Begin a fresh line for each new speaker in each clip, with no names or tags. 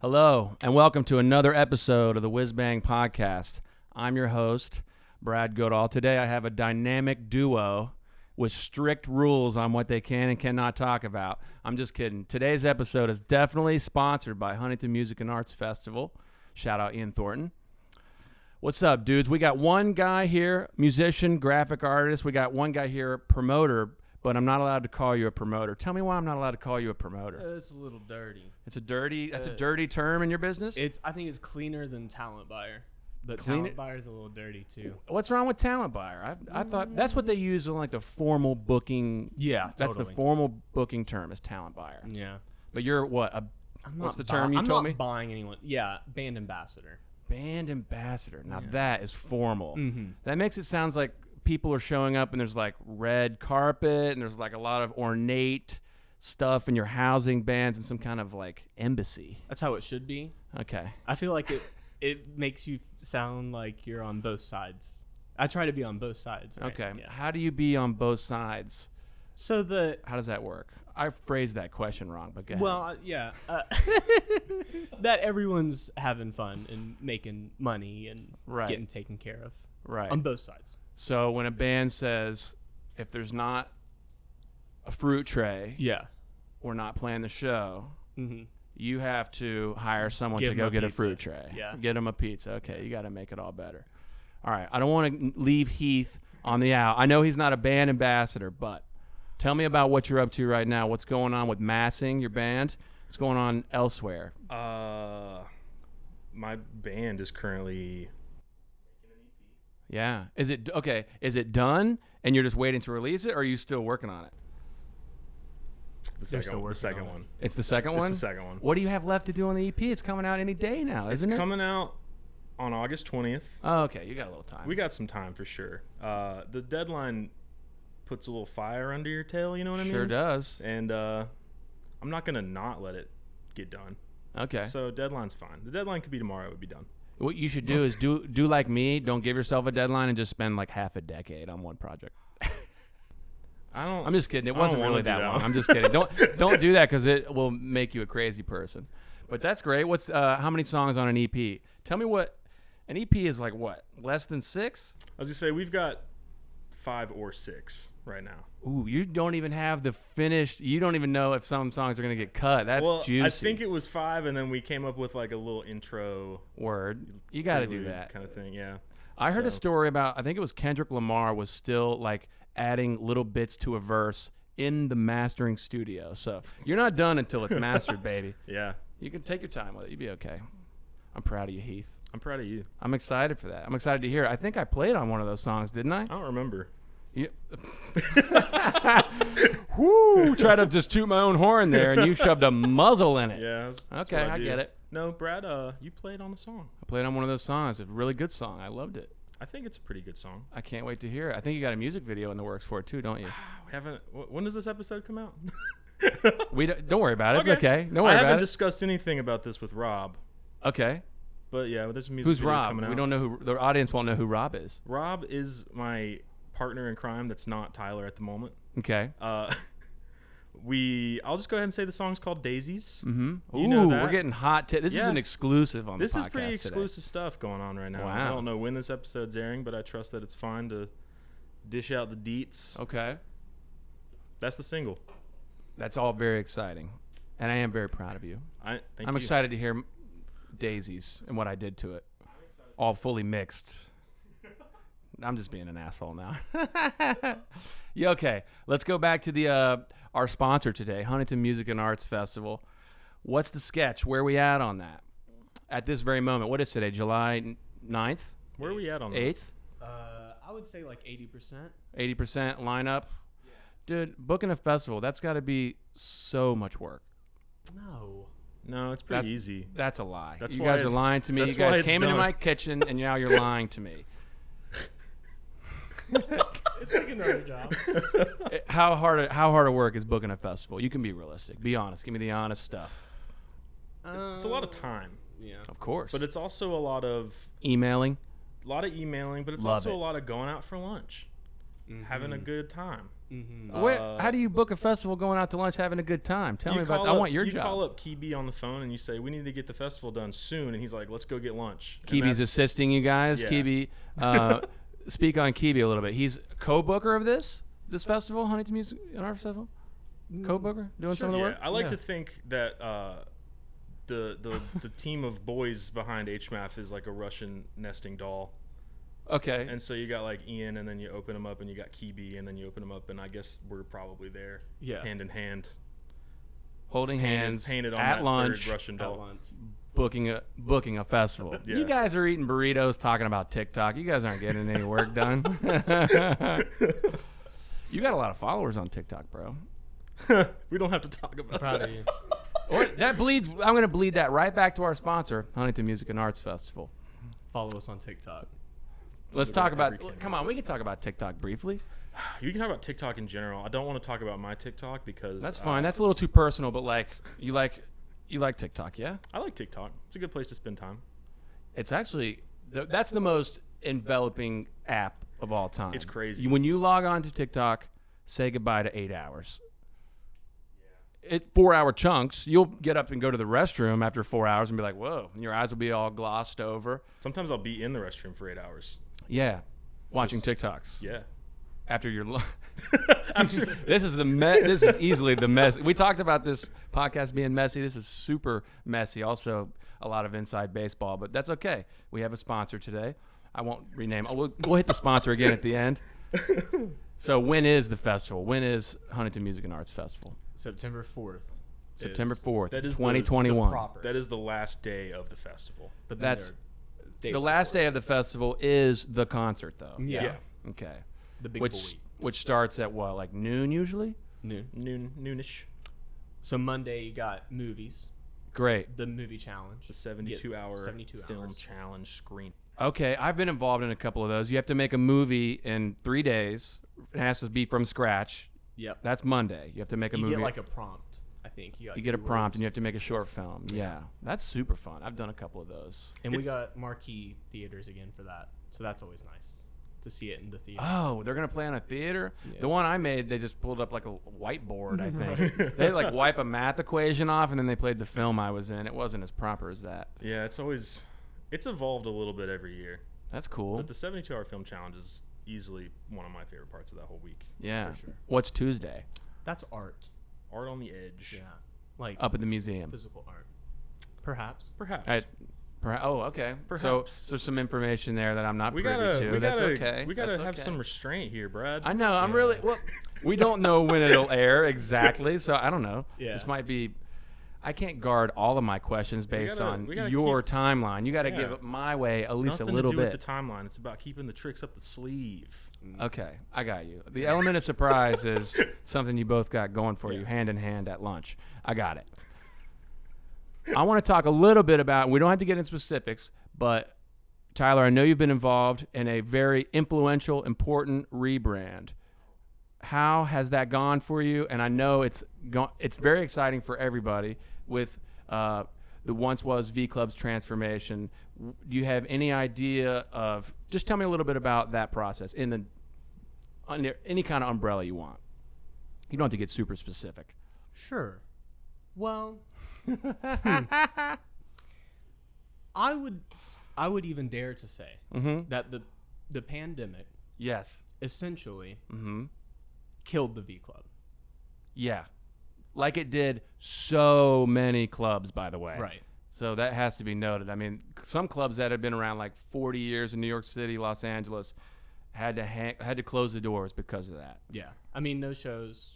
Hello, and welcome to another episode of the Whiz Bang Podcast. I'm your host, Brad Goodall. Today I have a dynamic duo with strict rules on what they can and cannot talk about. I'm just kidding. Today's episode is definitely sponsored by Huntington Music and Arts Festival. Shout out Ian Thornton. What's up, dudes? We got one guy here, musician, graphic artist. We got one guy here, promoter, but I'm not allowed to call you a promoter. Tell me why I'm not allowed to call you a promoter.
it's a little dirty.
It's a dirty that's a
uh,
dirty term in your business?
It's I think it's cleaner than talent buyer, but
Clean
talent
it-
buyer's a little dirty too.
What's wrong with talent buyer? I, I thought that's what they use in like the formal booking.
Yeah,
That's the formal booking term is talent buyer.
yeah.
But you're what a
I'm
What's
not
the
bu-
term you
I'm
told
not
me?
Buying anyone? Yeah, band ambassador.
band ambassador. Now that is formal.
Mm-hmm.
That makes it sounds like people are showing up and there's like red carpet and there's like a lot of ornate stuff and you're housing bands in some kind of like embassy.
That's how it should be.
Okay.
I feel like it it makes you sound like you're on both sides. I try to be on both sides. right?
Okay.
Yeah.
How do you be on both sides?
So the
How does that work? I phrased that question wrong, but go ahead.
well, uh, yeah, uh, that everyone's having fun and making money and
Right.
getting taken care of
right.
on both sides.
So when a band says, if there's not a fruit tray,
Yeah.
we're not playing the show,
hmm
you have to hire someone
Give
to
'em
go
a
get a
pizza.
fruit tray.
Yeah.
Get them a pizza. Okay, you got to make it all better. All right, I don't want to leave Heath on the out. I know he's not a band ambassador, but tell me about what you're up to right now. What's going on with massing your band? What's going on elsewhere?
Uh, my band is currently
Yeah. Is it okay? Is it done and you're just waiting to release it or are you still working on it?
the
They're
second,
still
one- the
working
second
on it.
one.
It's the second
It's
one?
the second one.
What do you have left to do on the EP? It's coming out any day now,
It's
isn't it?
coming out on August 20th.
oh, okay, you got a little time.
We got some time for sure. Uh, the deadline puts a little fire under your tail, you know what I mean?
sure does.
And uh, I'm not going to not let it get done.
Okay.
So deadline's fine. The deadline could be tomorrow, it would be done.
what you should do is do do like me. Don't give yourself a deadline and just spend like half a decade on one project.
I don't
I'm just kidding. It
don't
wasn't
wanna
really
do
that
that
long.
one.
I'm just kidding. Don't don't do that because it will make you a crazy person. But that's great. What's uh, how many songs on an EP? Tell me what an EP is like. What less than six?
I was going to say, we've got five or six right now.
Ooh, you don't even have the finished. You don't even know if some songs are gonna get cut. That's
well,
juicy.
I think it was five, and then we came up with like a little intro.
Word, you got to do that.
Kind of thing, yeah.
I heard a
So-
story about I think it was Kendrick Lamar was still like adding little bits to a verse in the mastering studio. So you're not done until it's mastered, baby.
Yeah.
You can take your time with it. You'll be okay. I'm proud of you, Heath.
I'm proud of you.
I'm excited for that. I'm excited to hear. It. I think I played on one of those songs, didn't I?
I don't remember.
You- Woo! Tried to just toot my own horn there, and you shoved a muzzle in it.
Yeah. that's- that's
Okay,
what
I
do.
get it.
No, Brad, uh, you played on the song.
I played on one of those songs. It's a really good song. I loved it.
I think it's a pretty good song.
I can't wait to hear it. I think you got a music video in the works for it too, don't you?
We haven't. wh- When does this episode come out?
Oh, We don't, don't worry about it. It's okay. Don't worry
I
about
haven't
it.
discussed anything about this with Rob,
okay.
but yeah, there's a music
Who's
video
Rob?
coming out.
We don't know who the audience won't know who Rob is.
Rob is my partner in crime. That's not Tyler at the moment.
Okay.
Uh, we. I'll just go ahead and say the song's called Daisies. Mm-hmm.
Ooh,
You know
we're
that.
getting hot. T- this is
Yeah.
an exclusive on
This
the podcast
is pretty
today.
exclusive stuff going on right now. I
Wow.
don't know when this episode's airing, but I trust that it's fine to dish out the deets.
Okay.
That's the single.
That's all very exciting, and I am very proud of you.
I thank
I'm
you.
excited to hear m- Daisies and what I did to it, all fully mixed. I'm just being an asshole now. yeah, okay. Let's go back to the uh, our sponsor today, Huntington Music and Arts Festival. What's the sketch? Where are we at on that? At this very moment, what is today? July n- 9th,
Where are we at on that?
8th,
Uh, I would say like eighty percent.
80% lineup. Dude, booking a festival, that's got to be so much work.
No.
No, it's pretty
That's
easy.
That's a lie.
That's
you
why
guys are
it's-
lying to me. You
that's why
guys
it's
came into
done.
my kitchen and now you're lying to me.
It's like another job.
Eh, How hard? How hard of work is booking a festival? You can be realistic. Be honest. Give me the honest stuff.
It's a lot of time,
Um, Yeah.
Of course.
but it's also a lot of
emailing.
a lot of emailing, but it's
Love
also
it.
a lot of going out for lunch, having a good time.
Mm-hmm.
Where, how do you book a festival going out to lunch, having a good time? Tell me about that. I want your
Uh, you
job.
call up Kibi on the phone and you say, "We need to get the festival done soon," and he's like, "Let's go get lunch." And
Kibi's
that's-
assisting you guys.
Yeah.
Kibi, uh, speak on Kibi a little bit. He's co-booker of this this festival, Huntington Music and Art Festival.
Mm,
Co-booker, doing some of the
Yeah,
work.
I like
Yeah.
to think that uh, the the the team of boys behind HMAF is like a Russian nesting doll,
Okay,
and so you got like Ian, and then you open him up, and you got Kibi, and then you open him up, and I guess we're probably there,
Yeah.
hand in hand,
holding
painted,
hands
painted on that
at
third
lunch,
Russian
At
doll.
lunch.
booking a booking a festival.
Yeah.
You guys are eating burritos, talking about TikTok. You guys aren't getting any work done. you got a lot of followers on TikTok, bro.
we don't have to talk about
Proud
that.
of you.
Or that bleeds. I'm going to bleed that right back to our sponsor, Huntington Music and Arts Festival.
Follow us on TikTok.
Let's talk about.
every
Come on, we can talk about TikTok briefly.
You can talk about TikTok in general. I don't want to talk about my TikTok because
That's
uh,
fine. That's a little too personal, but like you like you like TikTok, yeah?
I like TikTok. It's a good place to spend time.
It's actually th- that's the most enveloping app of all time.
It's crazy.
You- When you log on to TikTok, say goodbye to 8 hours. It 4-hour chunks. You'll get up and go to the restroom after 4 hours and be like, "Whoa." And your eyes will be all glossed over.
Sometimes I'll be in the restroom for eight hours.
Yeah. Watching TikToks
Yeah.
after your lunch.
I'm sure.
This is the me- this is easily the mess. We talked about this podcast being messy. This is super messy. Also, a lot of inside baseball, but that's okay. We have a sponsor today. I won't rename. Oh, we'll, we'll hit the sponsor again at the end. So, when is the festival? When is Huntington Music and Arts Festival?
September fourth.
September fourth,
that is the-
twenty twenty
The
one.
proper.
That is the last day of the festival.
but then
That's
there
the last day of the festival is the concert, though.
are- yeah,
Yeah.
Okay.
The big
Which
boy.
which starts at what like noon usually?
Noon.
Noon, noonish.
So Monday you got movies,
Great.
the movie challenge.
The 72 hour
72
film
hours.
challenge screen.
Okay, I've been involved in a couple of those. You have to make a movie in three days. It has to be from scratch.
Yep.
That's Monday. You have to make a
you
movie.
get like a prompt. I think you, got
you get a
two
prompt and
words.
you have to make a short film. Yeah. that's super fun. I've done a couple of those.
and we
it's-
got marquee theaters again for that. So that's always nice to see it in the theater.
Oh, they're gonna play on a theater. The one I made, they just pulled up like a whiteboard. I think they like wipe a math equation off, and then they played the film I was in. It wasn't as proper as that.
Yeah, it's always it's evolved a little bit every year.
That's cool.
But the 72 hour film challenge is easily one of my favorite parts of that whole week.
yeah.
for sure.
What's Tuesday?
That's art.
Art on the edge.
Yeah. Like
Up at the museum.
physical art. Perhaps.
Perhaps.
I, perha oh, okay. So,
Perhaps.
so there's some information there that I'm not
we
privy
gotta,
to.
we
That's
gotta,
okay.
we gotta
That's
have
okay.
some restraint here, Brad.
I know. I'm really well. We don't know when it'll air exactly, so I don't know.
Yeah.
This might be. I can't guard all of my questions based
gotta- we
on
gotta
your timeline. You got to
Yeah.
give it my way at least
Nothing
a little
to do
bit.
with the timeline. It's about keeping the tricks up the sleeve.
Okay, I got you. The element of surprise is something you both got going for you hand in hand at lunch. I got it. I want to talk a little bit about, we don't have to get into specifics, but Tyler, I know you've been involved in a very influential, important rebrand. How has that gone for you? And I know it's gone, it's very exciting for everybody with uh, the once was V Club's transformation. W- Do you have any idea of, just tell me a little bit about that process in the under any kind of umbrella you want. You don't have to get super specific.
Sure. Well, hmm. I would I would even dare to say
Mm-hmm.
that the the pandemic
Yes.
essentially
hmm
killed the V Club.
Yeah. Like it did so many clubs, by the way. So that has to be noted. I mean, some clubs that had been around like 40 years in New York City, Los Angeles, had to hang, had to close the doors because of that.
Yeah. I mean, no shows,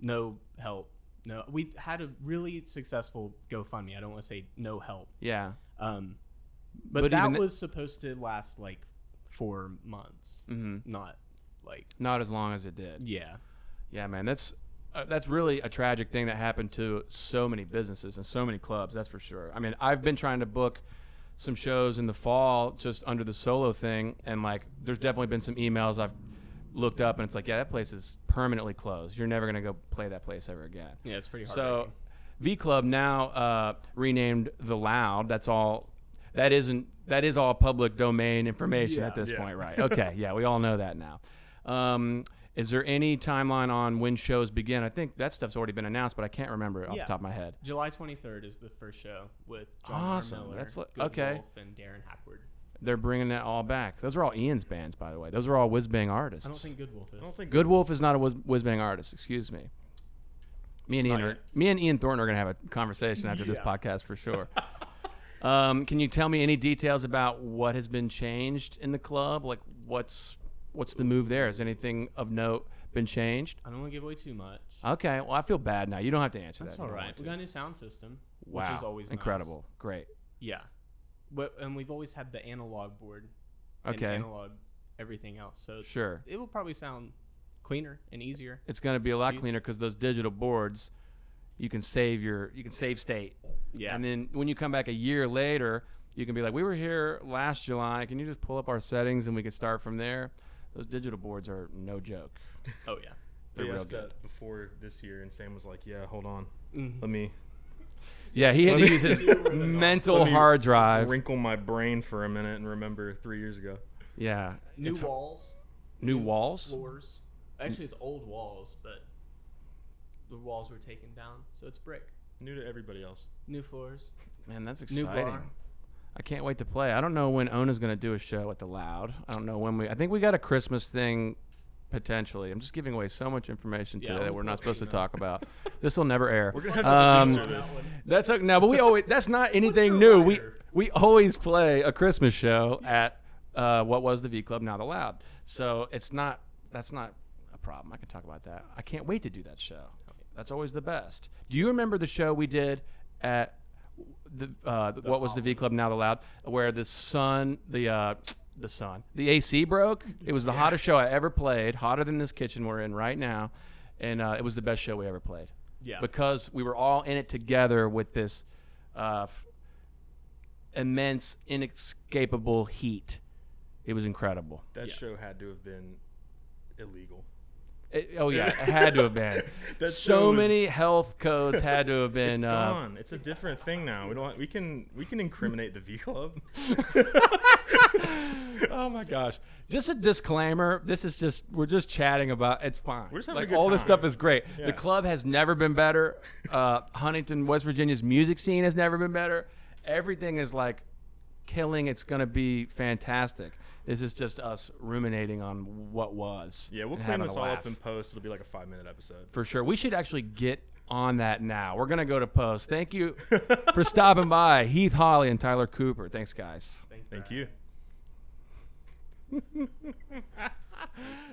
no help. No, we had a really successful GoFundMe. I don't want to say no help.
Yeah.
Um, but,
But
that
even th-
was supposed to last like four months,
hmm
not like,
Not as long as it did.
yeah.
Yeah, man. That's uh, that's really a tragic thing that happened to so many businesses and so many clubs. That's for sure. I mean, I've been trying to book some shows in the fall just under the solo thing, and like, there's definitely been some emails I've looked up, and it's like, yeah, that place is permanently closed. You're never gonna go play that place ever again.
Yeah, it's pretty hard.
So, V Club now uh, renamed the Loud. That's all. That isn't. That is all public domain information at
Yeah.
this
Yeah.
point, right? Okay. yeah, we all know that now. Um, Is there any timeline on when shows begin? I think that stuff's already been announced, but I can't remember it off
Yeah.
the top of my head.
July 23rd is the first show with John
Awesome.
Miller,
That's li-
Good
okay.
Wolf, and Darren Hackward.
They're bringing that all back. Those are all Ian's bands, by the way. Those are all whiz bang artists.
I don't think Good Wolf is.
I don't think
Good Wolf is not a whiz, whiz bang artist. Excuse me. Me and Ian,
Not
are, me and Ian Thornton are going to have a conversation after this
Yeah.
podcast for sure. um, can you tell me any details about what has been changed in the club? Like what's what's the move there? Has anything of note been changed?
I don't want to give away too much.
Okay. Well, I feel bad now. You don't have to answer
That's
that. if
all
you don't
right.
want
We
to.
got a new sound system,
Wow.
which is always nice.
incredible. Great.
Yeah, but and we've always had the analog board. And
Okay.
analog everything else, so
Sure.
it will probably sound cleaner and easier.
It's going to be a lot
You-
cleaner because those digital boards, you can save your you can save state.
Yeah.
And then when you come back a year later, you can be like, we were here last July. Can you just pull up our settings and we can start from there? Those digital boards are no joke.
oh yeah.
They're
they
real
asked
good.
that before this year, and Sam was like, "Yeah, hold on,
Mm-hmm.
let me
Yeah, he had to
Let me-
use his mental
Let me
hard drive.
wrinkle my brain for a minute and remember three years ago."
Yeah.
New
It's-
walls.
new walls?
Floors. Actually, it's old walls, but the walls were taken down, so it's brick.
New to everybody else.
New floors.
Man, that's
New
exciting.
bar.
I can't wait to play. I don't know when Ona's going to do a show at the Loud. I don't know when we. I think we got a Christmas thing potentially. I'm just giving away so much information
Yeah,
today that
we'll
we're not
probably
supposed to talk about. this will never air.
We're gonna have to
Um,
censor this.
That's okay. No, but we always. That's not anything
your
new. We
rider?
we always play a Christmas show at uh, what was the V Club, now the Loud. So it's not. That's not a problem. I can talk about that. I can't wait to do that show. That's always the best. Do you remember the show we did at the, uh, the what was the V Club, now the Loud, where the sun the uh, the sun the AC broke? It was the hottest show I ever played, hotter than this kitchen we're in right now, and uh, it was the best show we ever played
Yeah.
because we were all in it together with this uh, f- immense, inescapable heat. It was incredible.
That show had to have been illegal.
It- oh yeah, it had to have been.
That show
so
was-
many health codes had to have been.
It's
uh,
gone. It's a different thing now. We don't. We can. We can incriminate the V Club.
oh my gosh! Just a disclaimer. This is just we're just chatting about. It's fine.
We're just having a
like
good
all this
time.
stuff is great.
Yeah.
The club has never been better. Uh, Huntington, West Virginia's music scene has never been better. Everything is like killing. It's gonna be fantastic. This is just us ruminating on what was.
Yeah, we'll
and
clean
having a
this all
laugh.
up in post. It'll be like a five-minute episode.
for sure. We should actually get on that now. We're gonna go to post. Thank you for stopping by, Heath Holly and Tyler Cooper. Thanks, guys.
Thank you.
Thank you.